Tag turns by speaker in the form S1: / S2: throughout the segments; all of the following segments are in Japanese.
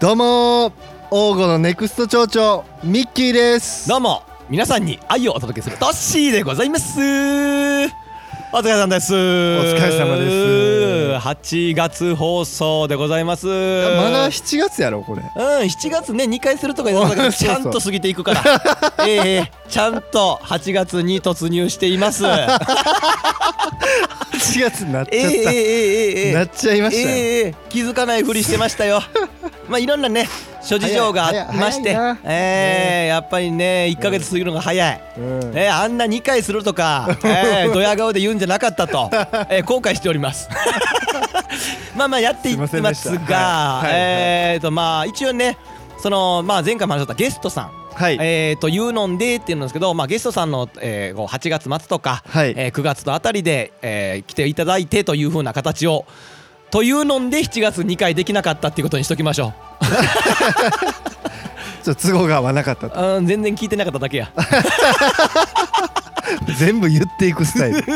S1: どうも王吾のネクスト町長ミッキーです
S2: どうも皆さんに愛をお届けするトッシーでございますお疲れ様ですお疲
S1: れ様です
S2: 8月放送でございますま
S1: まだ7月やろこれ
S2: うん7月ね2回するとか言わな かったけどちゃんと過ぎていくからええちゃんと8月に突入していますえ
S1: 7月になっ
S2: ええええええええ
S1: なっちゃいましたよ
S2: ええ気づかないふりしてまし たよまあいろんなね諸事情がありまし
S1: 早い早
S2: て
S1: いな
S2: ええやっぱりね1ヶ月過ぎるのが早い、えーあんな2回するとか、 えー、ドヤ顔で言うんじゃなかったと、えー後悔しております。 まあまあやっていってます
S1: すいませんでした
S2: が、
S1: はいはいはい
S2: えーとまあ一応ねそのまあ前回も話しとったゲストさん。
S1: はい
S2: えー、というのんでっていうんですけど、まあ、ゲストさんの、えーこう8月末とか、
S1: はい
S2: えー9月のあたりで、えー来ていただいてというふうな形をというのんで7月2回できなかったっていうことにしときましょ
S1: ちょっと都合が合わなかったと
S2: う、うん、全然聞いてなかっただ けや
S1: 全部言っていくスタイル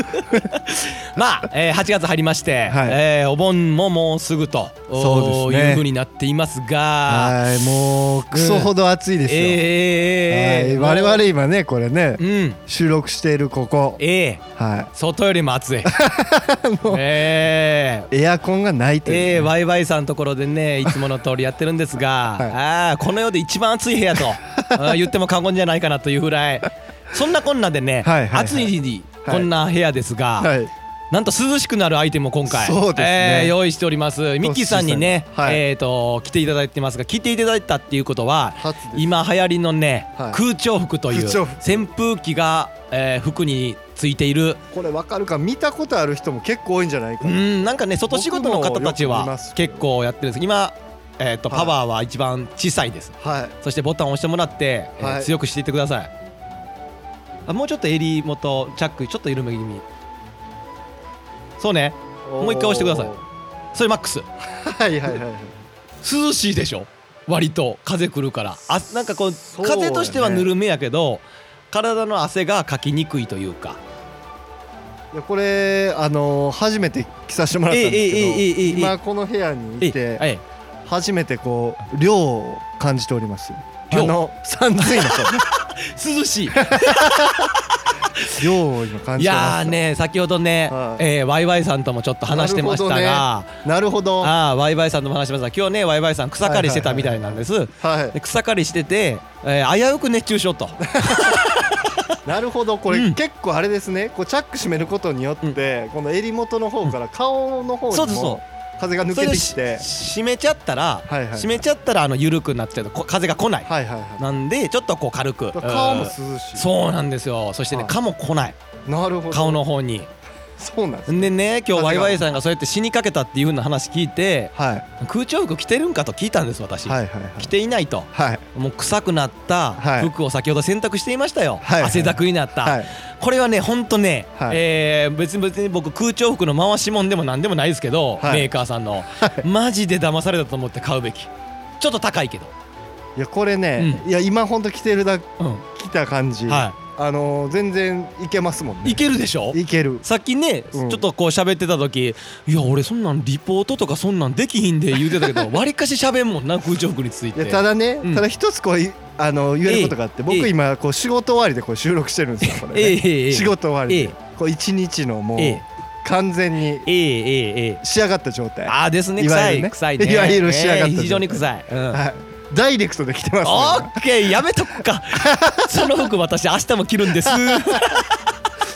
S2: まあ、えー8月入りまして、
S1: はい
S2: えーお盆ももうすぐと
S1: そうですね
S2: いうふうになっていますが、
S1: はいもうクソほど暑いですよ、
S2: えー
S1: はい、我々今ねこれね
S2: うん
S1: 収録しているここ
S2: ええ
S1: は
S2: 外よりも 暑いええ
S1: いエアコンがないという、
S2: ええワイワイさんのところでねいつもの通りやってるんですが、
S1: はい
S2: ああこの世で一番暑い部 屋とあー言っても過言じゃないかなというぐらいそんなこんなでね、
S1: はいはいはい
S2: 暑い日こんな部屋ですが、
S1: はい
S2: なんと涼しくなるアイテムを今回
S1: そうですね
S2: えー用意しておりますミッキーさんにね、
S1: トッシーさんにはい
S2: えー、と来ていただいてますが聞いていただいたっていうことは
S1: 初です
S2: 今流行りのね、
S1: はい
S2: 空調服という
S1: 空調服
S2: 扇風機が、えー服についている
S1: これわかるか見たことある人も結構多いんじゃないうかな、
S2: んなんかね外仕事の方たち
S1: 僕もよく見ま
S2: は
S1: す
S2: 結構やってるんです今、えー、と
S1: はい
S2: パワーは一番小さいです、
S1: はい
S2: そしてボタンを押してもらって、えー
S1: はい
S2: 強くしていってくださいあもうちょっと襟元チャックちょっと緩め気味そうねもう一回押してくださいそれマックス
S1: はいはいはいはい
S2: 涼しいでしょ割と風来るからあなんかこう
S1: そうやね
S2: 風としてはぬるめやけど体の汗がかきにくいというか
S1: いやこれあのー初めて着させてもらったんですけど、
S2: ええええええええ
S1: 今この部屋にいて、
S2: ええ
S1: 初めてこう涼を感じておりますあ
S2: 涼
S1: の三水の方
S2: 涼しい
S1: 涼を今感
S2: い
S1: じて
S2: や
S1: ま
S2: ー
S1: す
S2: ね先ほどね、
S1: はい
S2: えーワイワイさんともちょっと話してました
S1: なる
S2: が、
S1: なるほどは
S2: ああワイワイさんとも話してましたが今日ねワイワイさん草刈りしてたみたいなんです、で
S1: い
S2: 草刈りしてて、えー危うく熱 中症と
S1: なるほどこれ、
S2: うん
S1: 結構あれですねこうチャック閉めることによって、この襟元の方から顔の方
S2: そう
S1: に
S2: そうそう
S1: も風が抜
S2: それ
S1: け
S2: で
S1: てきて
S2: し閉めちゃったら、
S1: はいはいはい
S2: 閉めちゃったらあの緩くなっちゃうとこ風が来ない、
S1: はいはいは
S2: なんでちょっとこう軽く
S1: い顔も
S2: うん
S1: 涼しい
S2: そうなんですよそしてね
S1: はい
S2: 蚊も来ない
S1: なるほど
S2: 顔の方に
S1: そうなんです
S2: んでね
S1: 風
S2: 今日
S1: が
S2: ワイワイさんがそうやって死にかけたっていう風な話聞いて
S1: はい
S2: 空調服着てるんかと聞いたんです私、
S1: はいはいはい
S2: 着ていないと
S1: はい
S2: もう臭くなった
S1: はい
S2: 服を先ほど洗濯していましたよ、
S1: はいはい
S2: 汗だくになった、
S1: はい
S2: これはねほんとね、
S1: はい
S2: えー別に別に僕空調服の回しもんでも何でもないですけど、
S1: はい
S2: メーカーさんの、マジで騙されたと思って買うべきちょっと高いけど、
S1: いやこれね、
S2: う
S1: いや今ほんと着てるだ
S2: う
S1: 着た感じ、
S2: んは
S1: あのー全然いけますもん
S2: い、い
S1: ね
S2: けるでしょ
S1: いける
S2: さっきね、
S1: うん
S2: ちょっとこう喋ってた時いや俺そんなんリポートとかそんなんできひんで言うてた けどわりかし喋んもんな空調服につい
S1: い
S2: て
S1: やただね、
S2: うん
S1: ただ一つこういあの言えることがあって、
S2: え
S1: 僕
S2: え
S1: 今こう仕事終わりでこう収録してるんですよこ
S2: ええ
S1: れ、ね
S2: ええ
S1: 仕事終わりで、
S2: え
S1: こう一日のもう、
S2: ええ
S1: 完全に
S2: えええええ
S1: 仕上がった状態、
S2: ああですね
S1: いわ
S2: 臭
S1: ゆ
S2: い
S1: るね
S2: 臭いね
S1: いわゆる仕上がった
S2: ええ非常に臭い、うん
S1: はい、ダイレクトで来てます
S2: オ
S1: ね
S2: ッケーやめとく かその服私明日も着るんですあ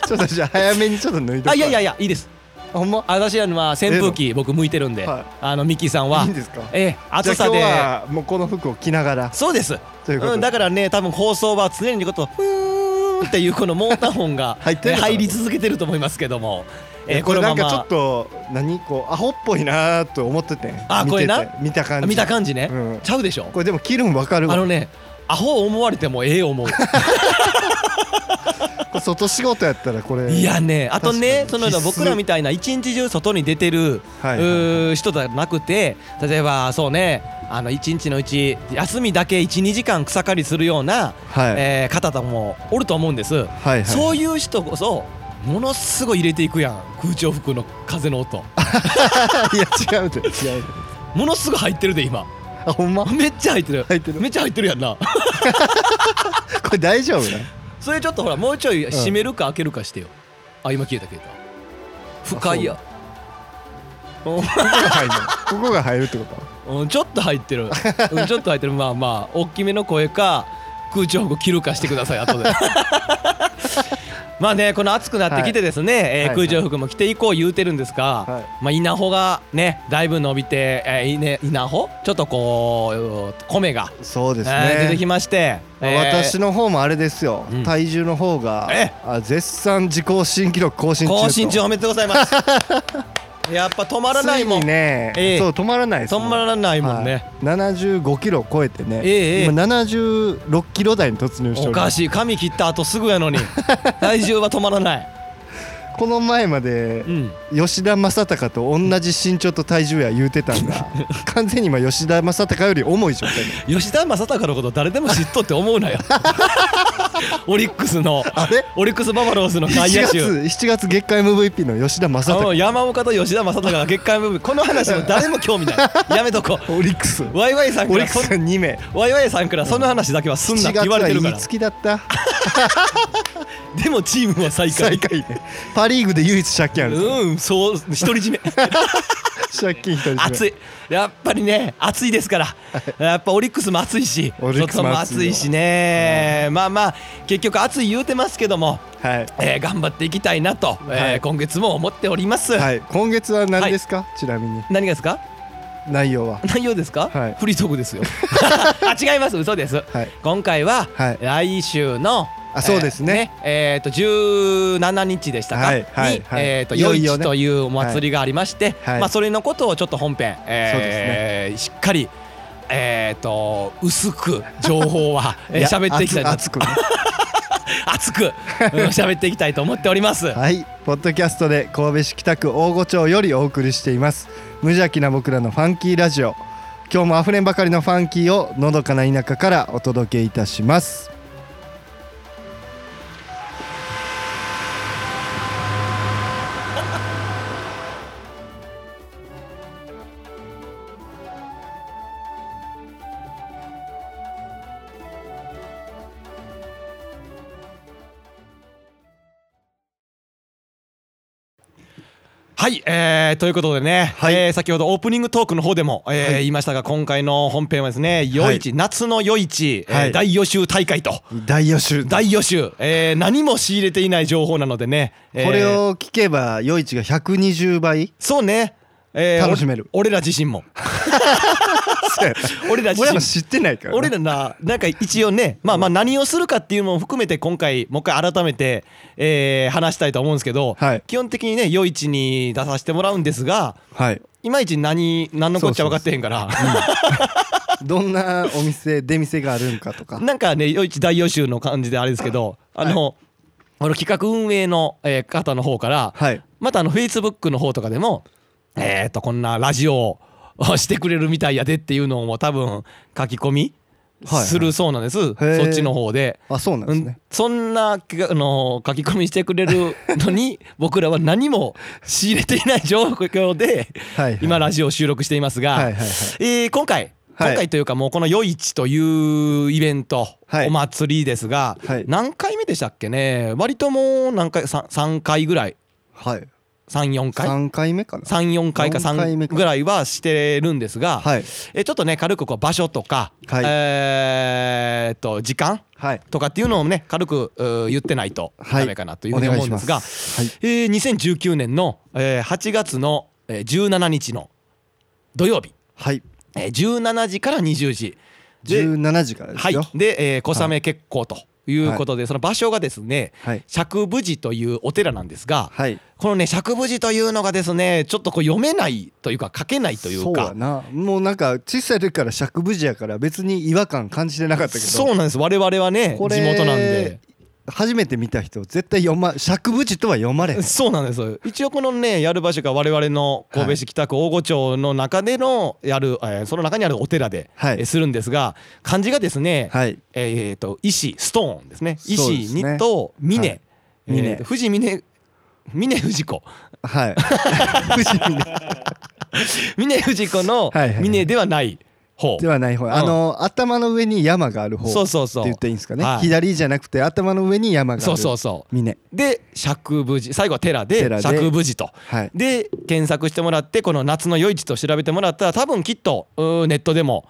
S1: ちょっとじゃあ早めにちょっと脱いで
S2: いやいや
S1: い
S2: いやいいです
S1: ほんま
S2: あ私はまあ扇風機僕向いてるんで、
S1: はい
S2: あのミキさんはい
S1: いんですか
S2: ええ暑
S1: じゃあ
S2: さ
S1: 今日
S2: で
S1: はもうこの服を着ながら
S2: そうです
S1: ということで
S2: ん、だからね多分放送は常にことふーーンっていうこのモーター音が
S1: 入ってんのかな
S2: え入り続けてると思いますけども、えー
S1: こ
S2: こ
S1: れな
S2: のま
S1: んかちょっ
S2: ま
S1: と何こうアホっぽいなーと思ってて見
S2: あ
S1: て
S2: これ
S1: て
S2: な
S1: 見た感じ
S2: 見た感じね、
S1: うん
S2: ちゃうでしょ
S1: これでも気分わかるわ
S2: あのねアホ思われてもええ思う
S1: これ外仕事やったらこれ
S2: いやねあとね
S1: 確
S2: そ
S1: かに
S2: の僕らみたいな一日中外に出てる、
S1: はいうはい
S2: ー人じゃなくて例えばそうねあの一日のうち休みだけ12時間草刈りするような、
S1: はい、
S2: えー方とかもおると思うんです、
S1: はいはい
S2: そういう人こそものすごい入れていくやん空調服の風の音
S1: いや違うで違うで
S2: ものすごい入ってるで今
S1: あほんま
S2: めっちゃ入ってる
S1: 入ってる
S2: めっちゃ入ってるや んな
S1: これ大丈夫な
S2: それちょっとほらもうちょい閉めるか開けるかしてよ、あ今消えた消えた深いや
S1: ここが入るここが入るってこと
S2: うん、ちょっと入ってる、うん、ちょっと入ってるまあまあ大きめの声か空調服着るかしてくださ い後でまあねこの暑くなってきてですね、えー
S1: はい
S2: 空調服も着ていこう言うてるんですが、
S1: はい
S2: まあ、稲穂がねだいぶ伸びて、えーいね、稲穂ちょっとこう米が、
S1: そうですね、
S2: えー出てきまして、
S1: まあ私
S2: の
S1: の方もあれですよ、
S2: うん
S1: 体重の方が
S2: え
S1: あ絶賛自己新記録更新中と
S2: 更新中おめでとうござ いますやっぱ止まらないも
S1: つ
S2: ん、
S1: にね、
S2: ええ
S1: そう止まらないです
S2: 止まらないもんね、
S1: 75キロ超えてね、
S2: ええええ
S1: 今76キロ台に突入しており
S2: お
S1: ま
S2: か
S1: す
S2: しい髪切った後すぐ やのに体重は止まらない
S1: この前まで
S2: うん
S1: 吉田正尚と同じ身長と体重や言うてたん が完全に今吉田正尚より重い状態に
S2: 吉田正尚のこと誰でも知っとって思うな よオリックスの
S1: あれ
S2: オリックスバファローズの外
S1: 7
S2: 野
S1: 月
S2: 手
S1: 7月月間 MVP の吉田
S2: あ
S1: 正
S2: の
S1: 尚
S2: 山岡と吉田正尚が月間 MVP この話も誰も興味ない やめとこ
S1: オリックスオ
S2: うワイワイさん
S1: リッ
S2: から
S1: ク
S2: そ
S1: スが2名
S2: ワイワイさんからその話だけはすんな
S1: 7
S2: って
S1: 月
S2: 言われ
S1: は
S2: て
S1: 言
S2: るか
S1: い
S2: ら
S1: つきだった
S2: でもチームは最下
S1: 最
S2: 位
S1: 下位 ねパ・リーグで唯一借金ある
S2: うんそう独 り占め
S1: 借金一人占め
S2: 暑いやっぱりね暑いですからやっぱオリックスも暑いし
S1: オリックスも
S2: 外
S1: 暑いよ
S2: 暑いしねまあまあ結局暑い言うてますけども
S1: はい
S2: えー頑張っていきたいなと、えー
S1: はい
S2: 今月も思っております、
S1: はい今月は何ですかちなみに
S2: 何がですか
S1: 内容は
S2: 内容ですか、
S1: はい
S2: フリートー クですよ あ違います嘘です、
S1: はい
S2: 今回は、
S1: はい
S2: 来週の
S1: あそうですね
S2: えーねえーと17日でしたか、
S1: はいはい
S2: に、
S1: はい
S2: えーと
S1: いよ
S2: 夜
S1: いよ
S2: 市
S1: ね
S2: というお祭りがありまして、
S1: はい
S2: まあそれのことをちょっと本編、
S1: そう
S2: えーしっかりえーと薄く情報はえー喋っていきたいと
S1: 熱く熱くね
S2: 熱くうん喋っていきたいと思ってお ります。
S1: はいポッドキャストで神戸市北区大御町よりお送りしています無邪気な僕らのファンキーラジオ今日もあふれんばかりのファンキーをのどかな田舎からお届けいたします
S2: はい、えー、ということでね、
S1: はい
S2: えー先ほどオープニングトークの方でも、えー
S1: はい
S2: 言いましたが今回の本編はですね夜市、夏の夜市、えー
S1: はい
S2: 大予習大会と
S1: 大予習
S2: 大予習、えー何も仕入れていない情報なのでね、えー
S1: これを聞けば余市が120倍
S2: そうね、え
S1: 楽しめる
S2: お俺ら自身も俺ら自
S1: 俺
S2: 身
S1: ら
S2: も
S1: 知ってないからね
S2: 俺らななんか一応ねまあまあ何をするかっていうのも含めて今回もう一回改めて、えー話したいと思うんですけど、
S1: はい
S2: 基本的にね夜市に出させてもらうんですが
S1: はい
S2: いまいち何何のこっちゃ分かってへんから。
S1: どんなお店出店があるんかとか
S2: なんかね、余市大予習の感じであれですけど、あの、この企画運営の、えー方の方から、
S1: はい
S2: またあの、フェイスブックの方とかでも、えっ、と、こんなラジオを してくれるみたいやでっていうのも多分書き込み
S1: はい
S2: するそうなんです、
S1: ー
S2: そっちの方で。
S1: あそうなんです
S2: う
S1: ね
S2: んそんなきあの書き込みしてくれるのに僕らは何も仕入れていない状況で
S1: はいはい
S2: 今ラジオを収録していますが、
S1: はいはいはい
S2: えー今回
S1: はい
S2: 今回というかもうこの夜市というイベント、
S1: はい
S2: お祭りですが、
S1: はい
S2: 何回目でしたっけね割ともう何回 3, 3回ぐらい
S1: はい
S2: 34回
S1: 3回目かな
S2: 34回か
S1: 四回目
S2: 3
S1: か
S2: ぐらいはしてるんですが、
S1: はい
S2: えーちょっとね軽くこう場所とか、
S1: はい
S2: えーっと時間
S1: はい
S2: とかっていうのをね軽くうー言ってないと
S1: はい
S2: ダメかなというふうに思うんですが、
S1: お願いしますはい
S2: えー2019年の、えー8月の、えー17日の土曜日、
S1: はい
S2: えー17時から20時で
S1: 17時からで
S2: は
S1: す
S2: い
S1: よ、
S2: で、えー小雨決行と、いうことで、その場所がですね
S1: はい
S2: 釈部寺というお寺なんですが
S1: はい
S2: このね釈部寺というのがですねちょっとこう読めないというか書けないという
S1: そう
S2: か
S1: やなもうなんか小さい時から尺無事やから別に違和感感じてなかったけど
S2: そうなんです我々はね地
S1: これ
S2: 元なんで
S1: 初めて見た人絶対読ま尺無事とは読まれへん
S2: そうなんですよ一応このねやる場所が我々の神戸市北区大御町の中でのやる、えーその中にあるお寺で、
S1: はい
S2: えーするんですが漢字がですね、
S1: はい
S2: えー、と石ストーンですね
S1: そうです
S2: 石
S1: ね
S2: にと峰、
S1: はい峰
S2: えー富士峰峰富士子
S1: はい無 事にね
S2: 峰富士子の
S1: はいはい
S2: 峰ではない方
S1: ではない方、
S2: ん
S1: あの頭の上に山がある方
S2: そうそうそう
S1: って言っていいんですかね、
S2: はい
S1: 左じゃなくて頭の上に山がある
S2: そうそうそう
S1: 峰
S2: で釈部寺最後は寺で
S1: 寺で
S2: 釈部寺と
S1: はい
S2: で検索してもらってこの夏の夜市と調べてもらったら多分きっとうーネットでも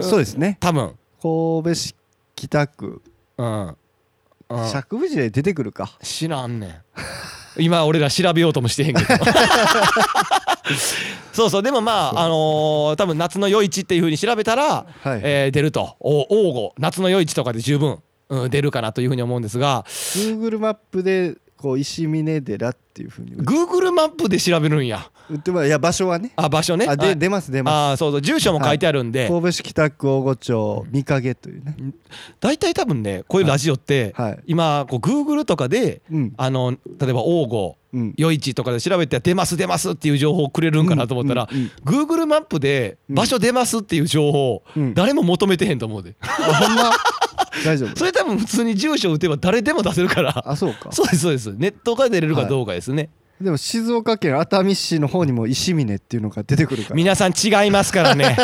S1: そうですね
S2: 多分
S1: 神戸市北区
S2: うん、うん、
S1: 釈無事で出てくるか
S2: 知らんねん 今俺ら調べようともしてへんけど そうそうでもまああのー多分夏の夜市っていうふうに調べたら、
S1: はい
S2: えー出るとお王吾夏の夜市とかで十分、うん、出るかなというふうに思うんですが
S1: Google マップでこう石峰寺っていうふうに
S2: Google マップで調べるんや
S1: 売ってますいや場所はね
S2: あ場所ね
S1: あ
S2: は
S1: で
S2: い
S1: 出ます出ます
S2: あーそうそう住所も書いてあるんで、
S1: 神戸市北区大御町御影というね
S2: 大体多分ねこういうラジオって、
S1: はいはい
S2: 今こう Google とかで
S1: うん
S2: あの例えば王吾
S1: うん
S2: 夜市とかで調べて出ます出ますっていう情報をくれるんかなと思ったら、
S1: うんうん
S2: Google マップで場所出ますっていう情報、
S1: うん
S2: 誰も求めてへんと思うで、
S1: あほん ま大丈夫
S2: それ多分普通に住所打てば誰でも出せるから
S1: あそうか
S2: そうですそうですネットが出れるかどうかですね、
S1: でも静岡県熱海市の方にも石峰っていうのが出てくるから
S2: 皆さん違いますから ね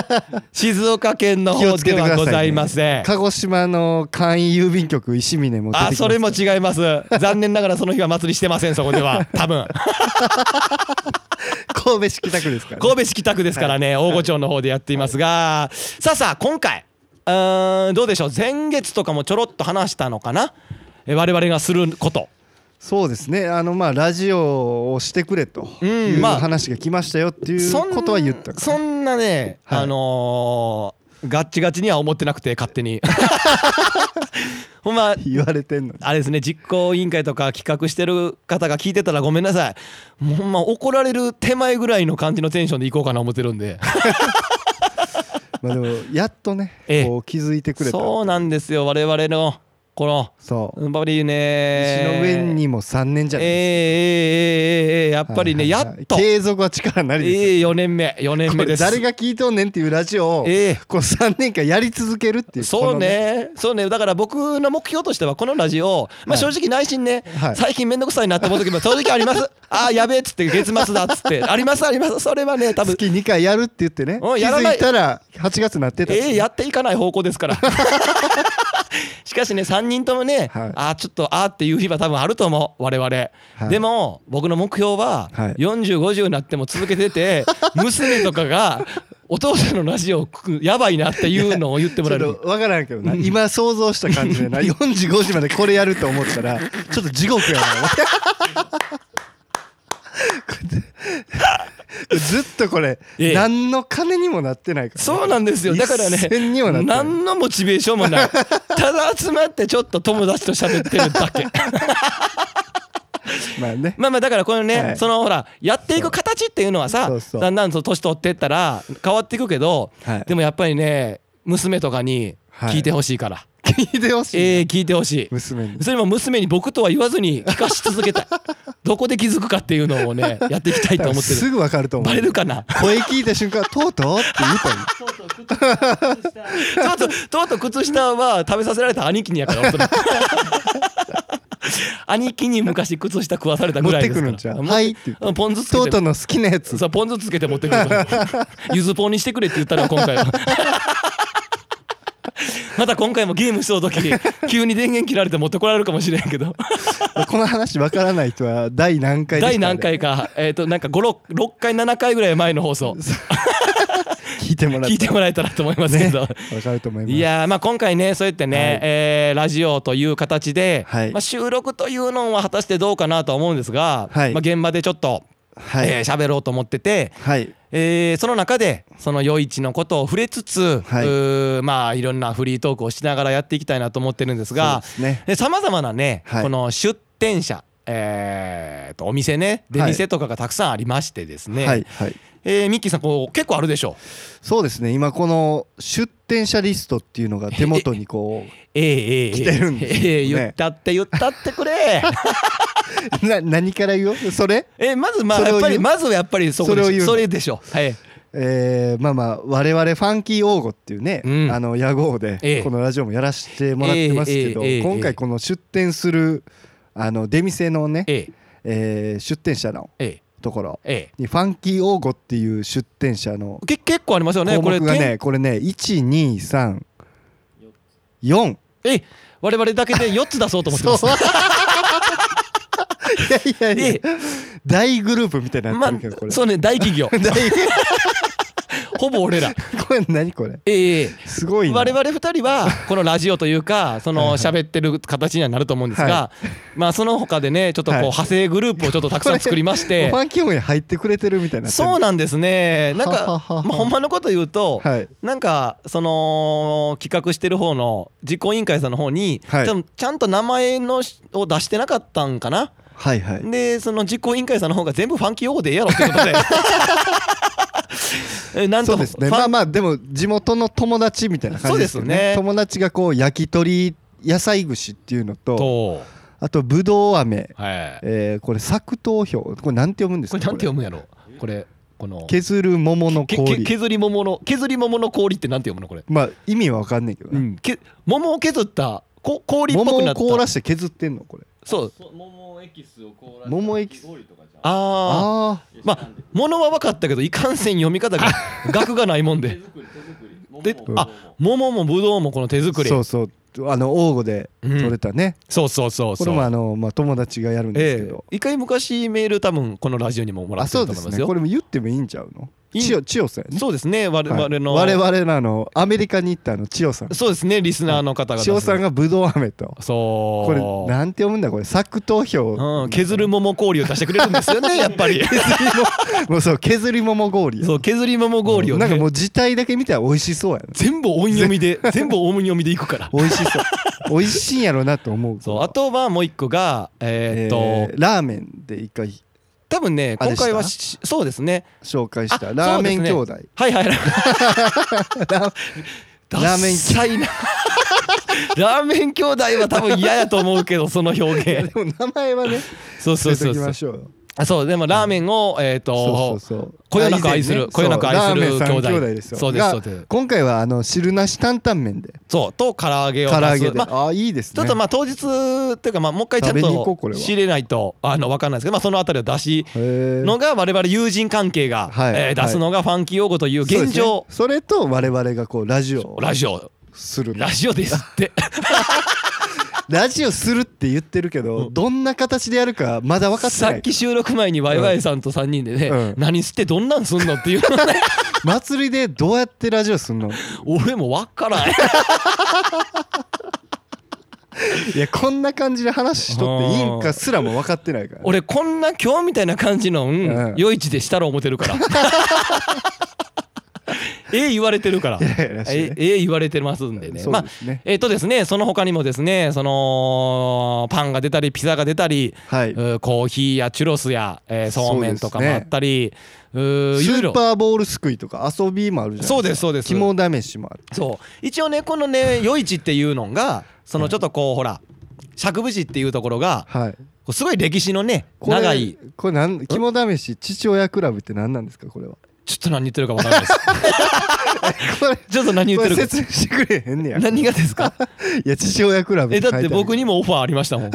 S2: 静岡県の
S1: 気を
S2: 方
S1: つけ
S2: で
S1: てく
S2: は
S1: だ
S2: ご
S1: さ
S2: ざ
S1: い
S2: いま
S1: ね
S2: せん、
S1: 鹿児島の簡易郵便局石峰も出てきます
S2: あそれも違い ます残念ながらその日は祭りしてませんそこでは多分
S1: 神戸市北区ですからね
S2: 神戸市北区ですからね、大御町の方でやっていますが、さあさあ今回うーんどうでしょう前月とかもちょろっと話したのかなえ我々がすること
S1: そうですねあのまあラジオをしてくれと
S2: うん
S1: いう
S2: まあ
S1: 話が来ましたよっていう
S2: そん
S1: ことは言ったから
S2: そんなね、
S1: はい
S2: あのーガッチガチには思ってなくて勝手に ほんま
S1: 言われてんのに
S2: あれですね実行委員会とか企画してる方が聞いてたらごめんなさいもうほんま怒られる手前ぐらいの感じのテンションでいこうかな思ってるんで
S1: まあでもやっとね
S2: ええ
S1: こう気づい てくれた
S2: そうなんですよ我々のこの
S1: そう
S2: やっぱり
S1: 石
S2: ね
S1: の上にも3年じゃ
S2: え
S1: ないです
S2: ええええええええやっ
S1: か
S2: ぱりね、
S1: はいはい
S2: や
S1: はい
S2: っと、え
S1: 継続は力なりですよ
S2: え4年目4年
S1: こ
S2: 目で
S1: れ
S2: す
S1: 誰が聞いとんねんっていうラジオを
S2: ええ
S1: こう3年間やり続けるっていう
S2: そ
S1: こ
S2: う
S1: の
S2: ねそうねだから僕の目標としてはこのラジオ、まあ、正直内心ね、
S1: はい
S2: 最近めんどくさいなって思う時も正直ありますああやべえっつって月末だっつってありますありますそれはね多分
S1: 月2回やるって言ってね気
S2: うんやらな
S1: づ
S2: い
S1: いたら8月になってた
S2: ええやっていかない方向です から。しかしね3人ともね、
S1: はい
S2: ああちょっとああっていう日は多分あると思う我々、
S1: い
S2: でも僕の目標は
S1: はい
S2: 4050になっても続け てて娘とかがお父さんのラジオくやばいなっていうのを言っても
S1: ちょ
S2: らえ
S1: っと
S2: る
S1: 分からんけどな今想像した感じでな45時までこれやると思ったらちょっと地獄 やなこれこれずっとこれ
S2: ええ
S1: 何の金にもなってないから
S2: そうなんですよだから
S1: 一銭にもな
S2: ね
S1: ってない
S2: 何のモチベーション もないただ集まってちょっと友達と喋ってるだけ
S1: まあね
S2: まあまあだからこのね、
S1: はい
S2: そのほらやっていく形っていうのはさ
S1: そうそう
S2: だんだんその年取ってったら変わっていくけど、
S1: はい
S2: でもやっぱりね娘とかに
S1: はい
S2: 聞いてほしいから、
S1: 聞いてほしい
S2: えー聞いてほしい
S1: 娘に
S2: それも娘に僕とは言わずに聞かし続け たいどこで気づくかっていうのをねやっていきたいと思って
S1: す
S2: る
S1: ぐ分かると思う
S2: バレるかな
S1: 声聞いた瞬間「とうとう」って言う たの
S2: とうとうとうとう靴下は食べさせられた兄貴にやから 本当に兄貴に昔靴下食わされたぐらいですか
S1: 持
S2: ら
S1: ってくるんちゃうはいって言って
S2: うんポン酢つけ
S1: とう
S2: て
S1: とうの好きなやつ
S2: そうポン酢つけて持ってくるから ゆずポンにしてくれって言ったのよ今回はまた今回もゲームしとう時急に電源切られて持ってこられるかもしれんけど
S1: この話分からない人は第何回ですか
S2: 第何回かえっ、となんか56回7回ぐらい前の放送
S1: 聞いてもらった
S2: 聞いてもらえたらと思いますけど、
S1: 分かると思います
S2: いやーまあ今回ねそうやってね、
S1: はい
S2: えーラジオという形で、
S1: はい
S2: まあ、収録というのは果たしてどうかなとは思うんですが、
S1: はい
S2: まあ、現場でちょっと
S1: はい、
S2: えー喋ろうと思ってて、
S1: はい
S2: えーその中でその余市のことを触れつつ、
S1: はいう
S2: ーまあいろんなフリートークをしながらやっていきたいなと思ってるんですが
S1: そうですね
S2: さまざまなね、
S1: はい
S2: この出店者えーとお店ね出
S1: はい
S2: 店とかがたくさんありましてですね、
S1: はいはい
S2: えーミッキーさんこう結構あるでしょ
S1: そうですね今この出店者リストっていうのが手元にこ
S2: ええええ
S1: 来てるんですよね
S2: ええ言ったって言ったってくれ
S1: うな何から言おうそれ
S2: えまずまあ
S1: それ
S2: や
S1: を
S2: っ
S1: 言
S2: ぱ
S1: う
S2: りまずはやっぱりそこで
S1: それを言
S2: し
S1: う
S2: ょ
S1: の
S2: それでしょはい
S1: えーまあまあ我々ファンキー王語っていうね、
S2: うん
S1: あの屋号
S2: ええ
S1: でこのラジオもやらせてもらってますけど、
S2: ええええええ
S1: 今回この出店するあの出店のね、え
S2: ええ
S1: ー出店者の
S2: ええ
S1: ところ
S2: え
S1: にファンキー王語っていう出店者の
S2: えけ結構ありますよね
S1: 項
S2: これ
S1: 目が
S2: てん
S1: ねこれね1234
S2: ええ我々だけで4つ出そうと思って
S1: そ
S2: ま
S1: う
S2: す
S1: いやいやいや
S2: え
S1: 大グループみたいに
S2: ま
S1: なって
S2: あ
S1: るけどこれ、
S2: そうね大 企業ほぼ俺ら
S1: これ何これ
S2: ええええ
S1: すごいな
S2: 我々二人はこのラジオというかその喋ってる形にはなると思うんですが、
S1: は
S2: まあその他でねちょっとこう
S1: はい
S2: 派生グループをちょっとたくさん作りまして
S1: ファンキー王に入ってくれてるみたいになってる
S2: そうなんですねなんか
S1: はははは
S2: まあほんまのこと言うと、
S1: はい
S2: なんかその企画してる方の実行委員会さんの方に、
S1: はい
S2: ちゃんちゃんと名前のしを出してなかったんかな
S1: はいはい
S2: でその実行委員会さんの方が全部ファンキー用語でええやろってこと でえなん
S1: そ
S2: と
S1: うですね
S2: ファン
S1: まあまあでも地元の友達みたいな感じですよね
S2: そうですね
S1: 友達がこう焼き鳥野菜串っていうのと
S2: と、
S1: あとぶどう飴、
S2: はい、
S1: えーこれ作糖票これなんて読むんです
S2: こ
S1: か
S2: れなんて読むんやろこれこの
S1: これ削る桃の
S2: けけ
S1: 氷
S2: 削り桃の削り桃の氷ってなんて読むのこれ、
S1: まあ意味は分かんないけど
S2: う
S1: な、
S2: ん、け桃を削ったこ氷っぽ
S1: 桃
S2: くな
S1: を
S2: った
S1: 凍らして削ってんのこれ
S2: そう
S3: そう桃エキスを凍らした
S1: 桃エキス
S3: かき氷とかじゃん
S2: あ
S1: あ
S2: あ
S1: あ
S2: まあ物は分かったけどいかんせん読 み方が額がないもん
S3: 手
S2: で
S3: 作り手作り桃
S2: で
S3: も
S2: あ桃もぶどうもこの手作り
S1: そうそうあの王吾で取れたね、
S2: そうそうそうそう
S1: これもあの、まあ、友達がやるんです
S2: え
S1: けど、
S2: え一回昔メール多分このラジオにももら
S1: あ
S2: って
S1: そ
S2: る
S1: う
S2: と
S1: で
S2: 思い
S1: す
S2: ます
S1: ね
S2: よ
S1: これも言ってもいいんちゃうの
S2: いい
S1: 千代千代さんやね
S2: そうですね我々の、
S1: はい我々のあのアメリカに行ったあの千代さん
S2: そうですねリスナーの方々
S1: 千代さんがぶどう飴と
S2: そう
S1: これなんて読むんだこれ作投票
S2: うん、削る桃氷を出してくれるんですよねやっぱり
S1: もうそう削り桃氷や
S2: そう削り桃氷を、ね、
S1: なんかもう字体だけ見たら美味しそう やな
S2: 全部音読みで 全部音読みでいくから
S1: 美味し そう美味しいんやろなと思う
S2: そうあとはもう一個がえーっと、
S1: えーラーメンで一回
S2: 多分ね
S1: あ
S2: 今回は
S1: で
S2: しそうですね
S1: 紹介した
S2: あ
S1: ラーメン兄弟、
S2: そうですね はいはいはい
S1: ラーメン
S2: ダッサいなラーメン兄弟は多分嫌やと思うけどその表 現
S1: でも名前はね
S2: そう そう
S1: つけと
S2: そう
S1: き
S2: そう
S1: ましょうよ
S2: あそうでもラーメンをえっ、と
S1: そうそうそう
S2: こよなく愛する
S1: あ以前ね
S2: こよなく愛する
S1: そうラーメン三
S2: 兄弟
S1: 兄弟ですよ
S2: そうです
S1: が
S2: そうです
S1: 今回はあの汁なし担々麺で
S2: そうと唐揚げを出
S1: 唐
S2: す
S1: 揚げで
S2: まあ
S1: あいいですね
S2: ちょっとまあ当日っていうかまあもう一回ちゃん
S1: 食べに行こう
S2: と
S1: これは
S2: 知れないとあの分かんないですけどまあそのあたりを出し
S1: へー
S2: のが我々友人関係が
S1: はい
S2: えー出すのがファンキー用語とい
S1: そ
S2: う
S1: うで
S2: 現
S1: すね
S2: 状
S1: それと我々がこうラジオを
S2: ラジオ
S1: する
S2: ラジオですって
S1: ラジオするって言ってるけどどんな形でやるかまだ分かって
S2: さ
S1: な
S2: っ
S1: い
S2: き収録前にワイワイさんと3人で
S1: う
S2: ね
S1: ん
S2: 何してどんなんすんのっていうの ね
S1: 祭りでどうやってラジオすんの
S2: 俺も分からん
S1: いやこんな感じで話しとっていいんかすらも分かってないから
S2: 俺こんな今日みたいな感じのうん
S1: うん
S2: 夜市でしたら思ってるから ええ言われてるから
S1: いやいやらしい
S2: え
S1: ね
S2: ええ言われてますんでね
S1: そうですね
S2: えっとですね、その他にもですね、そのパンが出たり、ピザが出たり、
S1: は
S2: う
S1: い
S2: ーコーヒーやチュロスや、えーそうめんとか
S1: そうで
S2: も
S1: す
S2: あ
S1: ね
S2: ったり、う
S1: ス
S2: ーいろい
S1: ー
S2: ろ。
S1: パーボールすくいとか遊びもあるじゃない
S2: そうですそうです
S1: 肝試しもある
S2: そう一応ねこ のね夜市っていうのがそのちょっとこうほら尺節っていうところが
S1: はい
S2: こうすごい歴史のね
S1: これ
S2: 長い
S1: これなん肝試し父親クラブって何なんですかこれは
S2: ちょっと何言ってるか分か んないです
S1: これ
S2: ちょっと何言
S1: こ
S2: って
S1: れ
S2: るか
S1: 説明してくれへんねや
S2: 何がです か
S1: いや父親クラブ
S2: えだって僕
S1: に
S2: にもオファーありましたも ん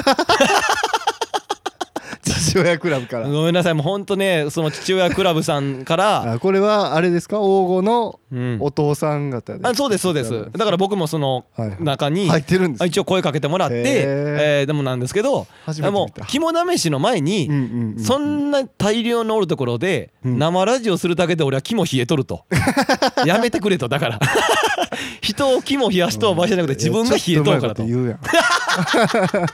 S1: 父親クラブから
S2: ごめんなさいもうほんとねその父親クラブさんから
S1: あこれはあれですか黄金の
S2: うん
S1: お父さん方で、
S2: あそうですそうですだから僕もその
S1: はいはい
S2: 中に
S1: 入ってるんです
S2: あ一応声かけてもらって
S1: へー
S2: えーでもなんですけど
S1: 初め
S2: で
S1: て見た
S2: も肝試しの前に
S1: うんうんうん
S2: そんな大量のおるところで
S1: うん
S2: 生ラジオするだけで俺は肝冷えと るとやめてくれとだから 人を肝冷やしとおばじゃなくて自分が冷えとるからと
S1: いやちょっとうまいこと言うやん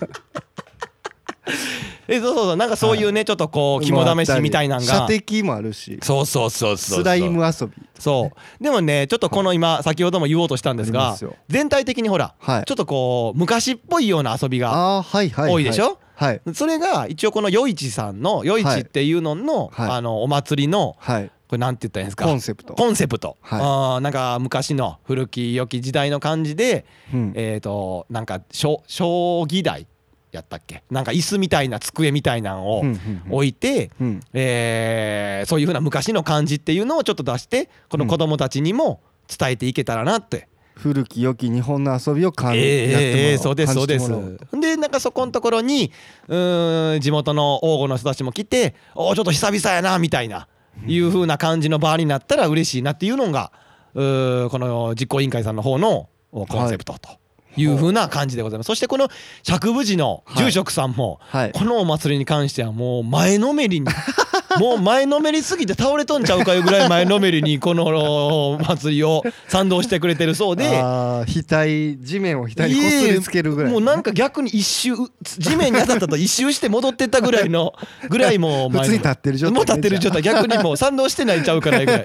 S2: えそうそうそうなんかそういうねちょっとこう肝試しみたいなん
S1: 射
S2: が
S1: 的もあるし
S2: そうそうそうそうそう
S1: スライム遊び
S2: そうでもねちょっとこの今先ほども言おうとしたんです
S1: あり
S2: が
S1: ますよ
S2: 全体的にほら
S1: はい
S2: ちょっとこう昔っぽいような遊びが
S1: ああはいはいは
S2: 多いでしょ
S1: はい
S2: それが一応この余市さんの余市っていうのの
S1: はいはい
S2: あのお祭りの
S1: はい
S2: これなんて言ったらいいんですか
S1: コンセプト
S2: コンセプト、
S1: はい
S2: あーなんか昔の古き良き時代の感じで、
S1: うん
S2: えー、となんか将将棋台やったっけなんか椅子みたいな机みたいなんを
S1: うんうんうん
S2: 置いて、
S1: うん
S2: えーそういうふうな昔の感じっていうのをちょっと出してこの子供たちにも伝えていけたらなって、
S1: 古き良き日本の遊びを感
S2: え
S1: じ
S2: ー
S1: やってもら
S2: え
S1: お
S2: ーそうですそ
S1: 感
S2: う
S1: じ
S2: で
S1: て
S2: す
S1: もらおうと
S2: でなんかそこのところにうーん地元の王吾の人たちも来ておーちょっと久々やなみたいないうふうな感じの場になったら嬉しいなっていうのがうーこの実行委員会さんの方のコンセプトと。いうふうな感じでございます。そしてこの釈部寺の住職さんも、
S1: はい
S2: このお祭りに関してはもう前のめりに もう前のめりすぎて倒れとんちゃうかいうぐらい前のめりにこのお祭りを賛同してくれてるそうで。
S1: ああ額地面を額にこすりつけるぐらい
S2: もうなんか逆に一周地面に当たったと一周して戻ってったぐら いのぐらいもう
S1: 普通に立ってる状態ね
S2: もう立ってる状態逆にもう賛同してないんちゃうかない ぐらい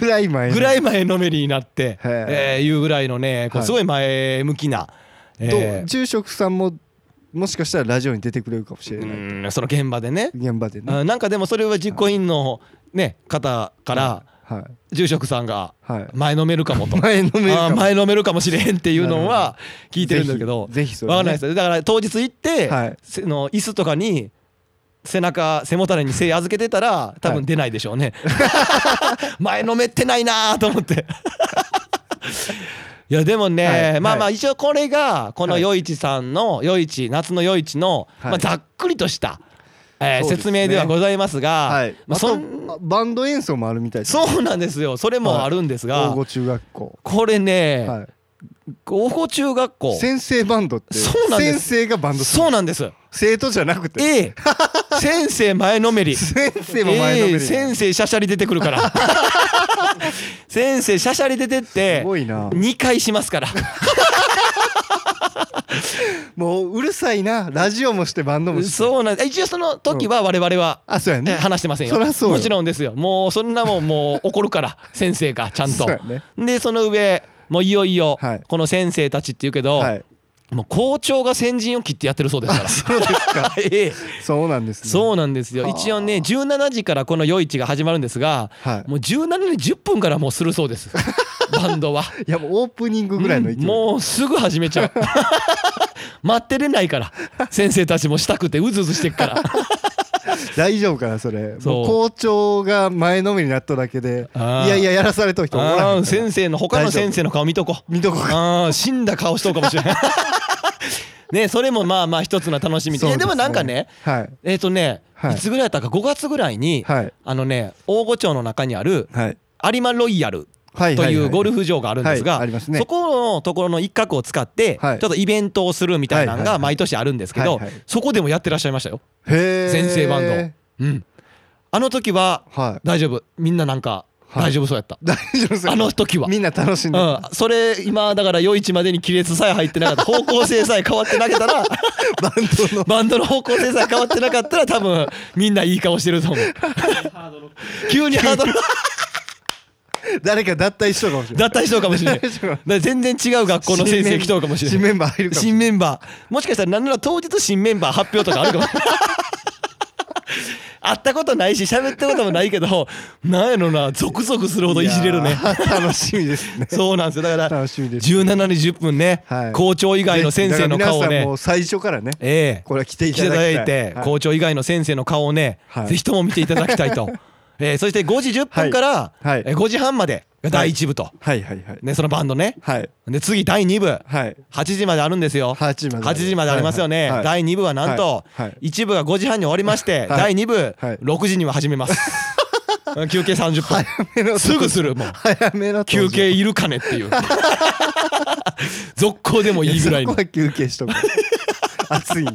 S1: ぐらい前の
S2: ぐらい前のめりになって
S1: へー
S2: えーいうぐらいのねこうすごい前向きな、え
S1: と
S2: ー
S1: 住職さんももしかしたらラジオに出てくれるかもしれ
S2: う
S1: ない
S2: んその現場でね
S1: 現場でね
S2: あなんかでもそれは実行委員の、ね、方から
S1: はい
S2: 住職さんが
S1: はい
S2: 前のめるかもと。
S1: 前のめりか
S2: あー前のめるかもしれへんっていうのは聞いてるんだけど
S1: ぜひぜひそれね
S2: わかんないですよだから当日行って、
S1: はい
S2: せの椅子とかに背中背もたれに背預けてたら多
S1: はい
S2: 分出ないでしょうね、 前のめってないなーと思って いやでもね、
S1: はい
S2: まあまあ
S1: は
S2: 一応これがこの余市さんの余市夏の余市の、
S1: はい
S2: まあ、ざっくりとした、えー
S1: そうです
S2: 説
S1: ね
S2: 明ではございますが、
S1: はい
S2: ま
S1: ま
S2: あ、
S1: あ
S2: そ
S1: と
S2: ん
S1: バンド演奏もあるみたいです
S2: そうなんですよそれもあるんですが、
S1: 大御中学校
S2: これね、
S1: は
S2: 合法中学校
S1: い先生バンドって
S2: そうなんです
S1: 先生がバンドする
S2: そうなんです
S1: 生徒じゃなくて
S2: A 先生前のめり
S1: 先生も前のめ
S2: A
S1: り
S2: 先生しゃしゃり出てくるから 先生しゃしゃり出てっ
S1: す
S2: て
S1: ごいな
S2: 2回しますから
S1: もううるさいなラジオもしてバンドもして
S2: そうなんです一応その時は我々は
S1: あそうや
S2: え
S1: ね
S2: 話してませんよ
S1: そりゃそうよ
S2: もちろんですよもうそんなもんもう怒るから 先生がちゃんと
S1: そうやね
S2: でその上もういよいよ
S1: はい
S2: この先生たちっていうけど、
S1: はい
S2: もう校長が先陣を切ってやってるそうですか ら
S1: そうですか
S2: ええ
S1: そうなんですね
S2: そうなんですよ一応ね17時からこの夜市が始まるんですが、
S1: はい
S2: もう17時10分からもうするそうです バンドは。
S1: いやもうオープニングぐらいの勢い
S2: うんもうすぐ始めちゃう 待ってれないから先生たちもしたくてうずうずしてっから
S1: 大丈夫かなそれ
S2: そう
S1: もう校長が前のめりになっただけでい
S2: あー
S1: やいややらされとる人おらんから
S2: あー先生の他の先生の顔見とこ
S1: 見とこか
S2: あー死んだ顔しとうか もしれないねそれもまあまあ一つの楽しみでいやでもなんかね
S1: はい
S2: えっ、とね、
S1: はい
S2: い、つぐらいだったか5月ぐらいに、
S1: はい
S2: あのね大御町の中にある
S1: はい
S2: 有馬ロイヤル
S1: はい
S2: というゴル
S1: フ
S2: フ場があるんですが、
S1: はいありますね
S2: そこのところの一角を使って、
S1: はい
S2: ちょっとイベントをするみたいな
S1: はい
S2: の
S1: はいは
S2: が
S1: い
S2: 毎年あるんですけど、
S1: はいはい
S2: そこでもやってらっしゃいましたよ、先生バンド。うん、あの時は
S1: ドはい
S2: 大丈夫、みんななんか
S1: はい
S2: 大丈夫そうやった。
S1: 大丈夫です
S2: あの時は
S1: みんな楽しんで
S2: うん、それ今だから夜市までに亀裂さえ入ってなか った方向性さえ変わってなけたら
S1: バンドの
S2: バンドの方向性さえ変わってなかったら多分みんないい顔してると思う
S3: ハードロック
S2: 急にハードル
S1: 誰か脱退しとるかもしれない
S2: 脱退しとうかもし れないだ
S1: 脱退しとう
S2: か
S1: から
S2: 全然違う学校の先生来とうかもしれない
S1: 新メンバー入るかもしれ
S2: 新メンバーもしかしたら何なら当日新メンバー発表とかあ るかも会ったことないし喋ったこともないけどなんやろなゾクゾクするほど
S1: ない
S2: いじれる
S1: い
S2: ね
S1: やー楽しみですね
S2: そうなんですよだから
S1: 楽しみです
S2: 17時10分ね、
S1: はい
S2: 校長以外の先生の顔を
S1: だから皆さん
S2: ね
S1: もう最初からね
S2: ええ
S1: これは来てい
S2: 来て
S1: た
S2: い
S1: だ
S2: た
S1: きた
S2: だ
S1: い
S2: いて
S1: はい
S2: 校長以外の先生の顔をね、
S1: はい
S2: ぜひとも見ていただきたいと、 ええそして5時10分から
S1: はいはい
S2: えー5時半までが第1部と、
S1: はいはいはい
S2: ね、そのバンドね、
S1: はい
S2: で次第2部、
S1: はい
S2: 8時まであるんですよ
S1: 8時まで
S2: 8時までありますよね、
S1: はいはい
S2: 第2部はなんと
S1: はいはい
S2: 1部が5時半に終わりまして、
S1: はい
S2: 第2部
S1: はい
S2: 6時には始 めます、休憩30分
S1: めの
S2: すぐするもう
S1: 早めの登
S2: 休
S1: 場
S2: 憩いるかねっていう続行でもいいぐら い
S1: そ
S2: の
S1: こは休憩しとく暑いから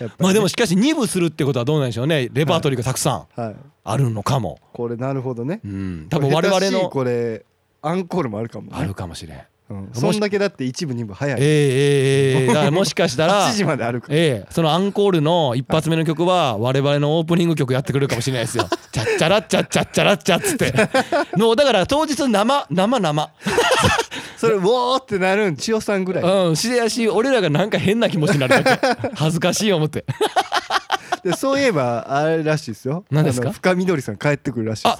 S1: やっぱ
S2: まあでもしかし2部するってことはどうなんでしょうねレパートリーがたくさん
S1: はい
S2: あるのかも、
S1: これなるほどね
S2: うん、多分我々
S1: 下手しい
S2: の
S1: これアンコールもあるかもね
S2: あるかもしれん
S1: うん、
S2: し
S1: そんだけだって一部二部早
S2: え
S1: い
S2: えええええだからもしかし たら
S1: 8時まであるから
S2: ええそのアンコールの一発目の曲は我々のオープニング曲やってくれるかもしれないですよ「チャッチャラッチャッチャッチャラッチャ」っつってもうだから当日生生生
S1: それうおーってなるん千代さんぐらい
S2: うんしやし俺らがなんか変な気持ちになるだけ恥ずかしい思って
S1: でそういえばあれらしいですよ
S2: 何ですか
S1: あの深緑さん帰ってくるらしいですよ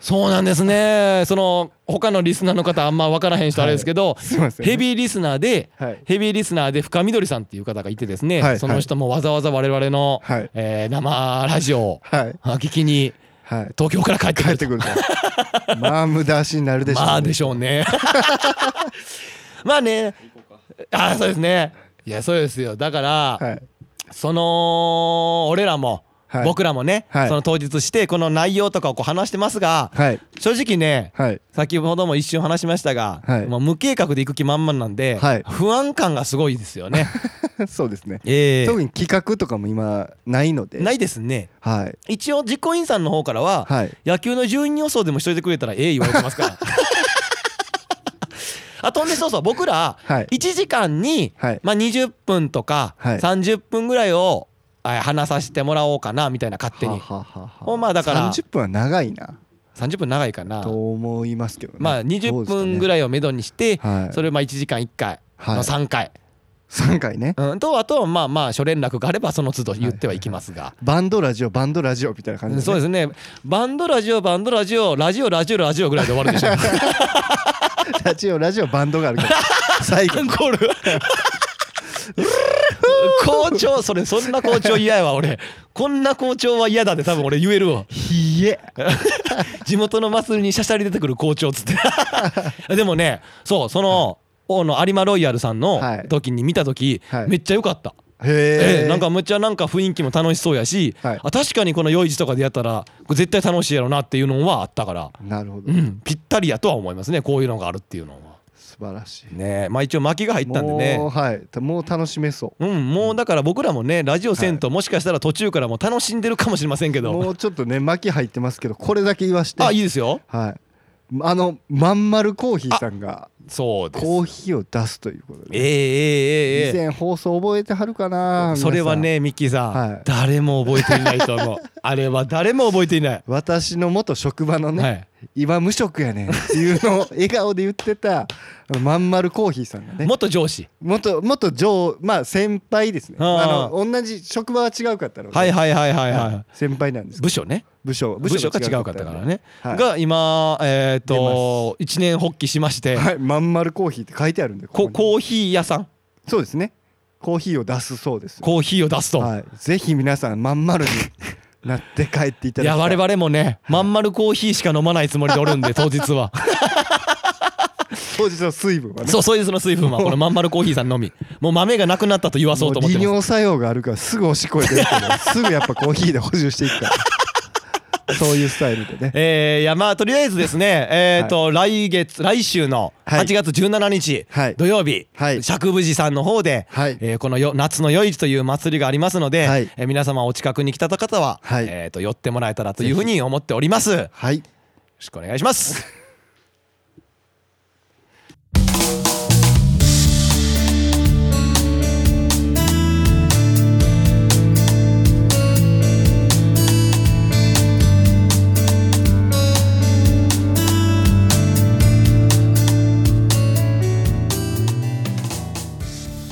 S2: そうなんですねその他のリスナーの方あんま分からへん人あれですけど、
S1: すいません
S2: ヘビーリスナーで、
S1: はい
S2: ヘビーリスナーで深緑さんっていう方がいてですね、
S1: はい
S2: その人もわざわざ我々の、
S1: はい
S2: えー生ラジオを
S1: はい
S2: 聞きに
S1: はい
S2: 東京から帰ってく
S1: 帰
S2: る
S1: ってくるとまあ無駄足になるでしょうね
S2: まあでしょう ねまあね
S3: 行こう
S2: ああそうですねいやそうですよだから、
S1: はい
S2: その俺らも、
S1: はい
S2: 僕らもね、
S1: はい
S2: その当日してこの内容とかをこう話してますが、
S1: はい
S2: 正直ね
S1: はい
S2: 先ほども一瞬話しましたが、
S1: はい
S2: もう無計画で行く気満々なんで、
S1: はい
S2: 不安感がすごいです よね。
S1: そうですね
S2: ええ
S1: 特に企画とかも今ないので
S2: ないですね。
S1: はい
S2: 一応実行委員さんの方からは、
S1: はい
S2: 野球の順位予想でもしといてくれたらええ言われてま すから。あとねそうそう僕ら
S1: はい
S2: 1時間に、
S1: はい
S2: まあ、20分とか
S1: はい
S2: 30分ぐらいをあ話させてもらおうかなみたいな勝手
S1: は
S2: に
S1: ははは
S2: ほんまだから
S1: 30分は長いな
S2: 30分長いかな
S1: と思いますけどね
S2: まあ20分ぐ
S1: い
S2: らいをめどにして
S1: はい
S2: それをまあ1時間1回
S1: は
S2: の
S1: い
S2: 3回、
S1: 3回ね
S2: うん、とあとはまあまあ諸連絡があればその都度言ってはいきますが、
S1: バンドラジオバンドラジオみたいな感じ
S2: そうですねバンドラジオバンドラジオラジオラジオラジオぐらいで終わるでしょ
S1: すラジオラジオバンドがあ るから最後
S2: アンコール 校長それそんな校長嫌やわ俺こんな校長は嫌だで多分俺言えるわ
S1: ひえ
S2: 地元の祭りにしゃしゃり出てくる校長っつってでもねそうその,、おの有馬ロイヤルさんの
S1: はい
S2: 時に見た時、
S1: はい
S2: めっちゃ良かった、え
S1: へ
S2: え
S1: え
S2: なんかむっちゃなんか雰囲気も楽しそうやし、
S1: はい
S2: あ確かにこの夜市とかでやったらこれ絶対楽しいやろなっていうのはあったから、
S1: なるほ
S2: う
S1: ど
S2: ん、ぴったりやとは思いますねこういうのがあるっていうのは
S1: 素晴らしい
S2: ねえまあ一応巻きが入ったんで
S1: もう
S2: ね
S1: はいたもう楽しめそ
S2: うん、もうだから僕らもねラジオ銭湯もしかしたら途中からもう楽しんでるかもしれませんけ
S1: う
S2: ど、
S1: もうちょっとね巻き入ってますけどこれだけ言わして
S2: あいいですよ
S1: はいあのまんまるコーヒーさんが
S2: そうです
S1: コーヒーを出すということ
S2: え
S1: で
S2: えええええ
S1: 以前放送覚えてはるかな
S2: それ
S1: 皆
S2: は
S1: さん
S2: ねミッキーさん、
S1: はい
S2: 誰も覚えていないと 思うあれは誰も覚えていない、
S1: 私の元職場のね、
S2: はい
S1: 今無職やねんっていうのを笑顔で言ってたまんまるコーヒーさんがね
S2: 元上司
S1: 元元上まあ先輩ですね
S2: あ
S1: あ
S2: ー
S1: の同じ職場は違うかったので、
S2: はいはいはいはいはい
S1: 先輩なんですけど
S2: 部署ね
S1: 部署
S2: 部署が違うかったからね、
S1: はい
S2: が今えっ、と一年発起しまして、
S1: はいまんまるコーヒーって書いてあるんで
S2: こ
S1: ここに
S2: コーヒー屋さん
S1: そうですねコーヒーを出すそうです
S2: コーヒーを出すと、
S1: はい、ぜひ皆さんまん丸になって帰っていただきた
S2: いや
S1: い
S2: 我々もねまん丸コーヒーしか飲まないつもりでおるん で当日は
S1: 当日の水分はね
S2: そうそういうその水分はこのまん丸コーヒーさんの みもう豆がなくなったと言わそうと思って
S1: もう利
S2: ます
S1: 尿作用があるからすぐおしっこい出 るけどすぐやっぱコーヒーで補充していくから そういうスタイルでね
S2: えー、いやまあとりあえずですねえっと、来月来週の
S1: はい
S2: 8月17日、
S1: はい
S2: 土曜日、
S1: はい
S2: 釈部寺さんの方で、
S1: はい
S2: えーこのよ夏の夜市という祭りがありますので、
S1: はい
S2: えー皆様お近くに来た方は、
S1: はい
S2: えー、と寄ってもらえたらというふうに思っておりますよろ
S1: はい
S2: しくお願いします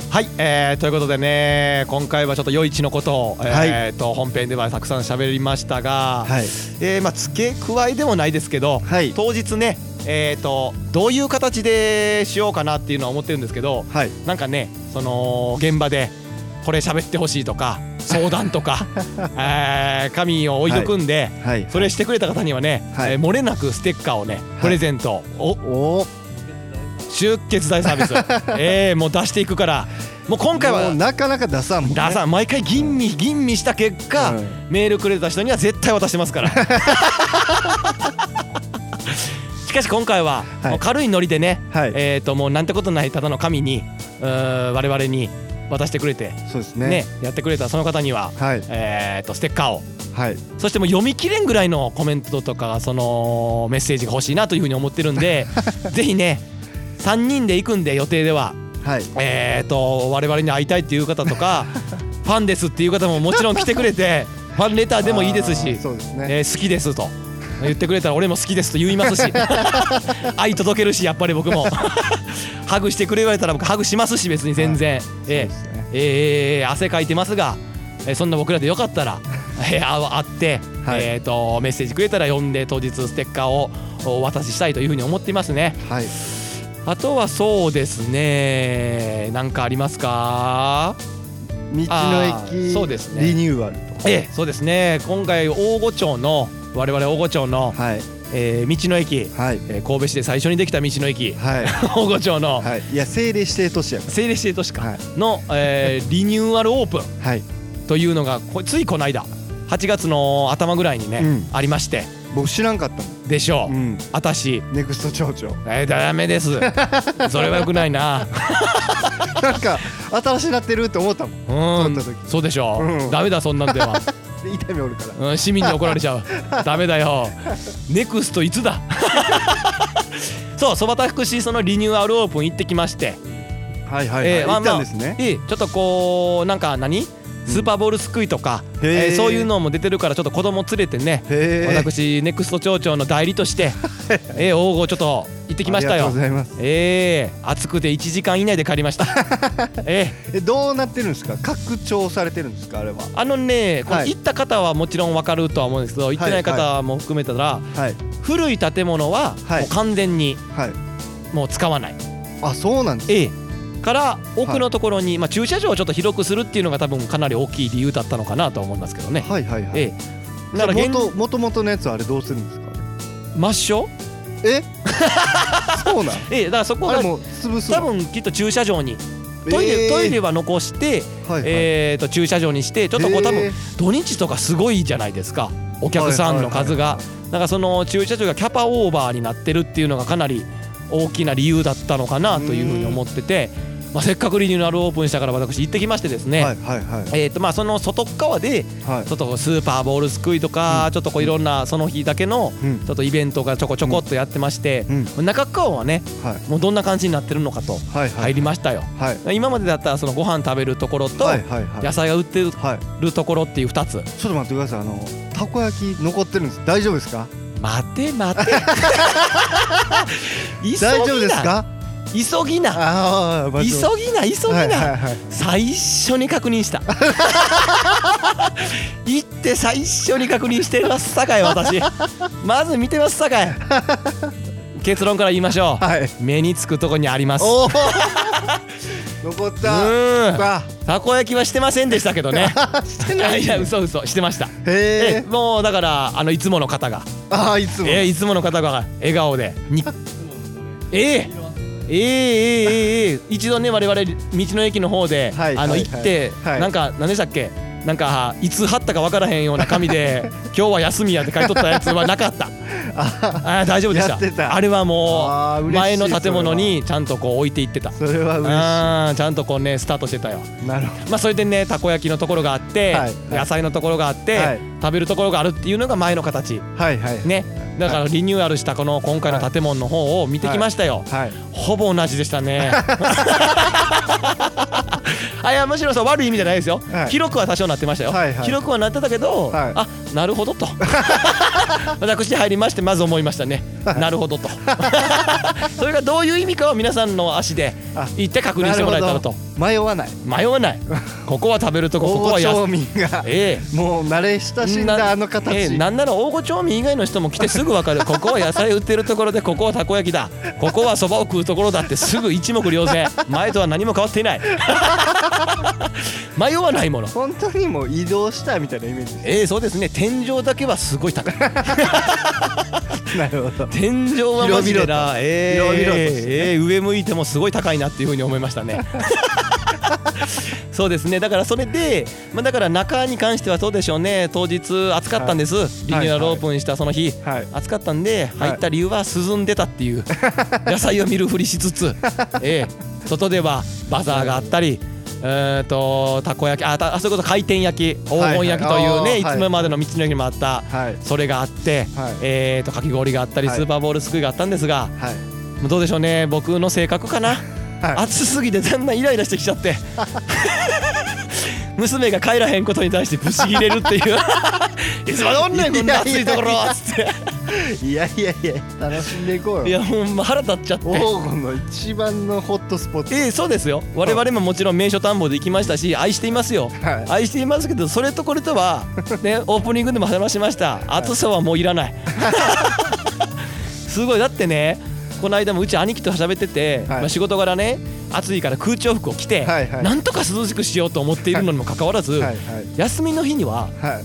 S2: はい、えーということでね今回はちょっと夜市のことを、えーと本編ではたくさん喋りましたが、
S1: はい
S2: えーまあ、付け加えでもないですけど、
S1: はい
S2: 当日ね、えー、とどういう形でしようかなっていうのは思ってるんですけど
S1: はい
S2: なんかねその現場でこれ喋ってほしいとか相談 とか、えー紙を置いとくんで、
S1: はい
S2: それしてくれた方にはね、
S1: はい
S2: えー漏れなくステッカーをねプレゼントを
S1: おお
S2: 出血大サービス、えーもう出していくからもう今回は
S1: なかなか出さんもんね
S2: ダさん毎回吟味吟味した結果、
S1: うん
S2: メールくれた人には絶対渡してま すからしかし今回は、
S1: はい
S2: もう軽いノリでね、
S1: はい
S2: えー、ともうなんてことないただの神にうー我々に渡してくれて、
S1: そうです
S2: ね
S1: ね
S2: やってくれたその方には、
S1: はい
S2: えー、とステッカーを
S1: はい
S2: そしてもう読み切れんぐらいの コメントとかそのメッセージが欲しいなというふうに思ってるんでぜひね3人で行くんで予定では
S1: はい
S2: えー、と我々に会いたいっていう方 とかファンですっていう方ももちろん来てくれてファンレターでもいいです
S1: あ
S2: し
S1: ー、そうですね
S2: えー好きですと言ってくれたら俺も好きですと言いま すし愛届けるしやっぱり僕もハグしてくれ言われたら僕ハグしますし別に全然、え
S1: そうですね
S2: ーえー汗かいてますが、えーそんな僕らでよかったら、えーあ会って、
S1: はい
S2: えー、とメッセージくれたら読んで当日ステッカーをお渡ししたいというふうに思っていますね。
S1: はい
S2: あとはそうですね。なんかありますか。
S1: 道
S2: あ
S1: の
S2: ー
S1: 駅
S2: そうですね
S1: リニューアルと
S2: ええ、そうですね。今回大御町の我々大御町の、
S1: はい
S2: えー道の駅、
S1: はい
S2: えー神戸市で最初にできた道の駅、
S1: はい
S2: 大御町の
S1: はいいや政令指定都市やか
S2: 政令指定都市
S1: らは
S2: か
S1: い
S2: の、えーリニューアルオープン
S1: はい
S2: というのがこついこの間8月の頭ぐらいにね、
S1: うん
S2: ありまして
S1: 僕知らんかったも
S2: でしょう。
S1: んうん
S2: あたし、
S1: ネクスト町長
S2: えー、ダメです。それは良くないな。
S1: なんか新しいなってるって思ったもん
S2: う
S1: 撮
S2: ん
S1: った時、
S2: そうでしょう。
S1: うん
S2: ダメだそんなんでは。
S1: で痛みおるから
S2: うん、市民に怒られ ちゃうダメだよネクストいつだ そうそばたくしそのリニューアルオープン行ってきまして、
S1: はいはいはい
S2: えー
S1: 行
S2: まあ
S1: っ
S2: まあ
S1: たんですね
S2: いいちょっとこうなんか何スーパーボールすくいとか、
S1: へー
S2: えーそういうのも出てるからちょっと子供連れてね、
S1: へえ
S2: 私ネクスト町長の代理 として、えー、王郷ちょっと行ってきました
S1: あ
S2: よ
S1: りがとうございます
S2: えー、暑くて1時間以内で帰りま したえー
S1: えどうなってるんですか拡張されてるんですかあれは
S2: あのね、この
S1: はい
S2: 行った方はもちろん分かるとは思うんですけど行ってない方も含めたら、
S1: はい
S2: 古い建物は
S1: はい
S2: もう完全に
S1: はい
S2: もう使わない、
S1: あそうなんです
S2: A から奥のところに、まあ、駐車場をちょっと広くするっていうのが多分かなり大きい理由だったのかなと思いますけどね、
S1: はいはいはい
S2: A
S1: な
S2: だから
S1: ら
S2: 現
S1: 元元々のやつはあれどうするんですか
S2: 抹消
S1: え そうなん
S2: A だからそこ
S1: あ
S2: が
S1: れもう潰すの
S2: 多分きっと駐車場にトイレ,、
S1: えー
S2: トイレは残して、
S1: はいはい
S2: えー、と駐車場にしてちょっとこ
S1: へ
S2: う
S1: ー
S2: 多分土日とかすごいじゃないですかお客さんの数
S1: はい
S2: がだからその駐車場がキャパオーバーになってるっていうのがかなり大きな理由だったのかなというふうに思ってて、まあ、せっかくリニューアルオープンしたから私行ってきましてですね、
S1: はいはいはい
S2: えーとまあ、その外っ側で
S1: はい
S2: ちょっとスーパーボールすくいとか、ちょっとこういろんなその日だけの
S1: うん
S2: ちょっとイベントがちょこちょこっとやってまして
S1: う、ん
S2: 中っ側はね
S1: はい
S2: もうどんな感じになってるのかと
S1: はいは
S2: 入
S1: い
S2: りましたよ。
S1: はい
S2: 今までだったらそのご飯食べるところと
S1: はいはいはい
S2: 野菜が売って
S1: はい
S2: るところっていう2つ
S1: ちょっと待ってくださいあのたこ焼き残ってるんです大丈夫ですか
S2: 待て待て急ぎな
S1: 大丈夫ですか
S2: 急ぎな
S1: ああ
S2: 急ぎな急ぎな、
S1: はいはいはい
S2: 最初に確 認した行って最初に確認してますさかい私まず見てますさかい結論から言いましょう、
S1: はい
S2: 目につくとこにありますう
S1: おお 残った
S2: ーん
S1: あ
S2: たこ焼きはしてませんでしたけ どね
S1: して
S2: い
S1: な
S2: や
S1: い
S2: いや嘘嘘してました
S1: へ
S2: え
S1: え
S2: もうだからあのいつもの方が
S1: ああいつも
S2: えーいつもの方が笑顔でにええええええええ一度ね我々道の駅の方で、
S1: はい
S2: あの
S1: はい
S2: 行って、
S1: はい
S2: なんか何でしたっけなんかいつ貼ったか分からへんような紙で「今日は休みや」って書いとったやつはなかったあー大丈夫でし
S1: や
S2: た
S1: ってた
S2: あれはも
S1: あー
S2: う
S1: 嬉しい
S2: 前の建物にちゃんとこう置いていってた
S1: それは嬉
S2: あーちゃんとこうねスタートしてたよ
S1: しいなるほど
S2: まあそれでねたこ焼きのところがあって、
S1: はいはい
S2: 野菜のところがあって、
S1: はい
S2: 食べるところがあるっていうのが前の形
S1: はいはい
S2: ね、だからリニューアルしたこの今回の建物の方を見てきましたよ、
S1: はい
S2: ほぼ同じでしたね あいやむしろそう悪い意味じゃないですよ、
S1: はい
S2: 広くは多少なってましたよ、
S1: はいはい
S2: 広くはなってたけど、
S1: はい
S2: あなる ほどと私入りましてまず思いましたね、なるほどと それがどういう意味かは皆さんの足で
S1: あ
S2: 行って確認してもらえたらと
S1: なるほど迷わない
S2: 迷わないここは食べるとこここは
S1: 大
S2: 安
S1: 町民が
S2: ええ
S1: もう慣れ親しんだあの形、
S2: ええなんなら大御町民以外の人も来てすぐ分かる ここは野菜売ってるところでここはたこ焼きだここはそばを食うところだってすぐ一目瞭然前とは何も変わってい ない迷わないもの
S1: 本当にもう移動したみたいなイメージで
S2: ええそうですね天井だけはすごい高 い
S1: すなるほど
S2: 天井はマジでなええ
S1: 広々としてね
S2: ええ上向いてもすごい高いなっていうふうに思いましたね そうですねだからそれで、まあ、だから中に関してはそうでしょうね当日暑かったんです、リニューアルオープンしたその日、
S1: はい
S2: 暑かったんで入った理由は涼んでたっていう野菜を見るふりし つつ、ええ、外ではバザーがあったり。えー、とたこ焼きあたあそれこそ回転焼き黄金焼きというね、
S1: はいはいいあー
S2: つもまでの道の駅にもあった、
S1: はい
S2: それがあって、
S1: はい
S2: えー、とかき氷があったり、
S1: はい
S2: スーパーボールすくいがあったんですが
S1: はい
S2: もうどうでしょうね僕の性格かな、
S1: はい
S2: 暑すぎてだんだんイライラしてきちゃって 娘が帰らへんことに対してブチギレるっていう いつまでおんねんこんな暑いところつって
S1: いやいやいや楽しんでいこう
S2: い
S1: よ
S2: やほんま腹立っちゃって
S1: 黄金の一番のホットスポット
S2: ええそうですよ我々ももちろん名所探訪で行きましたし愛していますよ
S1: はい
S2: 愛していますけどそれとこれとは ねオープニングでも話しました暑さはもういらない すごいだってねこの間もうち兄貴と喋ってて、
S1: はい
S2: まあ仕事柄ね暑いから空調服を着て、
S1: はいはい
S2: なんとか涼しくしようと思っているのにもかかわらず、
S1: はいはい
S2: 休みの日には
S1: はい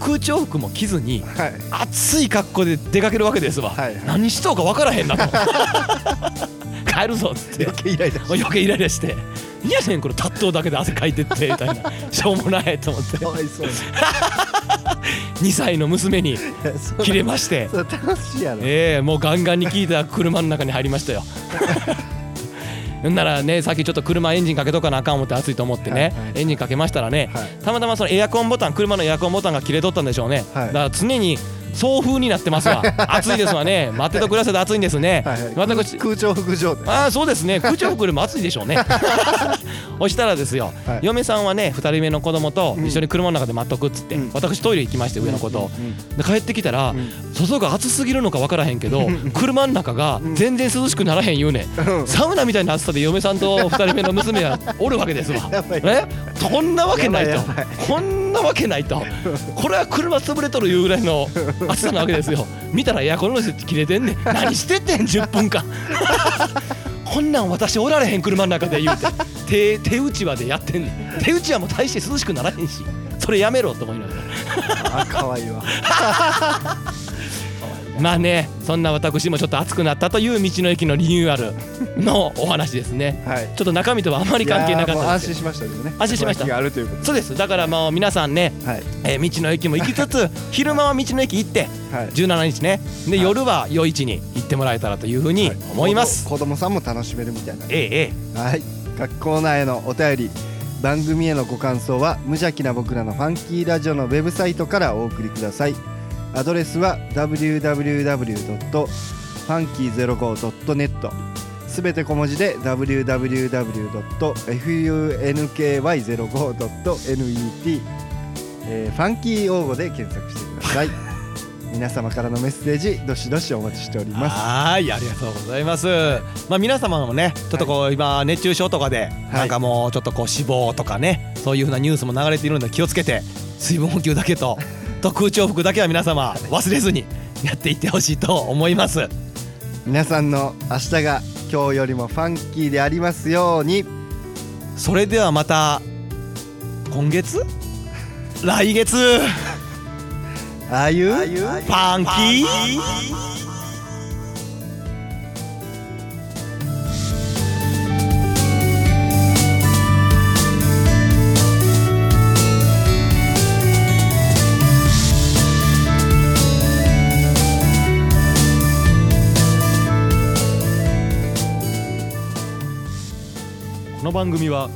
S2: 空調服も着ずに
S1: はい
S2: 暑い格好で出かけるわけですわ、
S1: はいはい
S2: 何しとうか分からへんなと 帰るぞっつって
S1: 余計イライラし
S2: もう余計イライラして「いやねんこれ立っとうだけで汗かいてって」みたいなしょうもないと思って
S1: てかわいそうに
S2: 2歳の娘に
S1: いやそんな
S2: 切れまして
S1: それ楽しいやろ
S2: ええもうガンガンに聞いた車の中に入り ましたよほんならねさっきちょっと車エンジンかけとかなあかん思って暑いと思って
S1: は
S2: ね、
S1: いはい
S2: エンジンかけましたらね、
S1: はい
S2: たまたまそのエアコンボタン車のエアコンボタンが切れとったんでしょうね、
S1: はい
S2: だから常に送風になって ますわ暑いですわね待ってと暮らせて暑いんですね、
S1: はいはい
S2: またこっち
S1: 空調服状態
S2: ああそうです ね空調服よりも暑いでしょうねそしたらですよ、
S1: はい
S2: 嫁さんはね2人目の子供と一緒に車の中で待っとくっつって、
S1: うん
S2: 私トイレ行きまして上の子と、で帰ってきたら、
S1: ん
S2: 外が暑すぎるのか分からへんけど車の中が全然涼しくならへん言うね、
S1: うん
S2: ん、サウナみたいな暑さで嫁さんと2人目の娘がおるわけですわ
S1: やばい
S2: えこんなわけないと
S1: やばいや
S2: こんなわけないとこれは車潰れとるいうぐらいの暑さなわけですよ見たらエアコンの設置切れてんねん何してんねん10分間こんなん私おられへん車の中で言うて手手打ちはでやってんねん手打ちはもう大して涼しくならへんしそれやめろと思いながら
S1: あ可愛いわ
S2: まあねそんな私もちょっと暑くなったという道の駅のリニューアルのお話ですね
S1: はい
S2: ちょっと中身とはあまり関係なかった
S1: ん
S2: で
S1: ですす
S2: け
S1: 安心しました
S2: ど
S1: けどね
S2: 安心しました
S1: この秋があるというこ
S2: そうですだからまあ皆さんね
S1: とはい
S2: えー道の駅も行きつつ昼間は道の駅行って
S1: はい
S2: 17日ねで
S1: はい
S2: 夜は夜市に行ってもらえたらというふうに思います、
S1: 子供子供さんも楽しめるみたいな
S2: えええ
S1: はい学校内へのお便り番組へのご感想は無邪気な僕らのファンキーラジオのウェブサイトからお送りくださいアドレスは www.funky05.net すべて小文字で www.funky05.net、えー、ファンキー用語で検索してくだ さい皆様からのメッセージどしどしお待ちしており
S2: え
S1: ます
S2: はーいありがとうございますまあ皆様もねちょっとこう今熱中症とかでなんかもうちょっとこう死亡とかねそういうふうなニュースも流れているので気をつけて水分補給だけ とと空調服だけは皆様忘れずにやっていってほしいと思います
S1: 皆さんの明日が今日よりもファンキーでありますように
S2: それではまた今 月来月
S1: ああいう
S2: パンキーこの番組は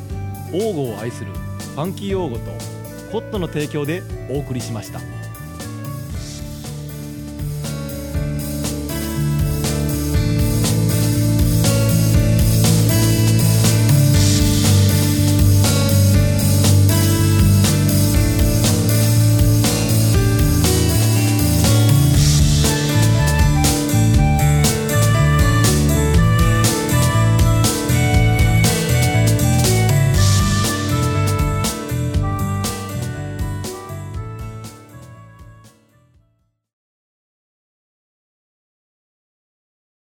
S2: 王語を愛するファンキー王語とコットの提供でお送りしました。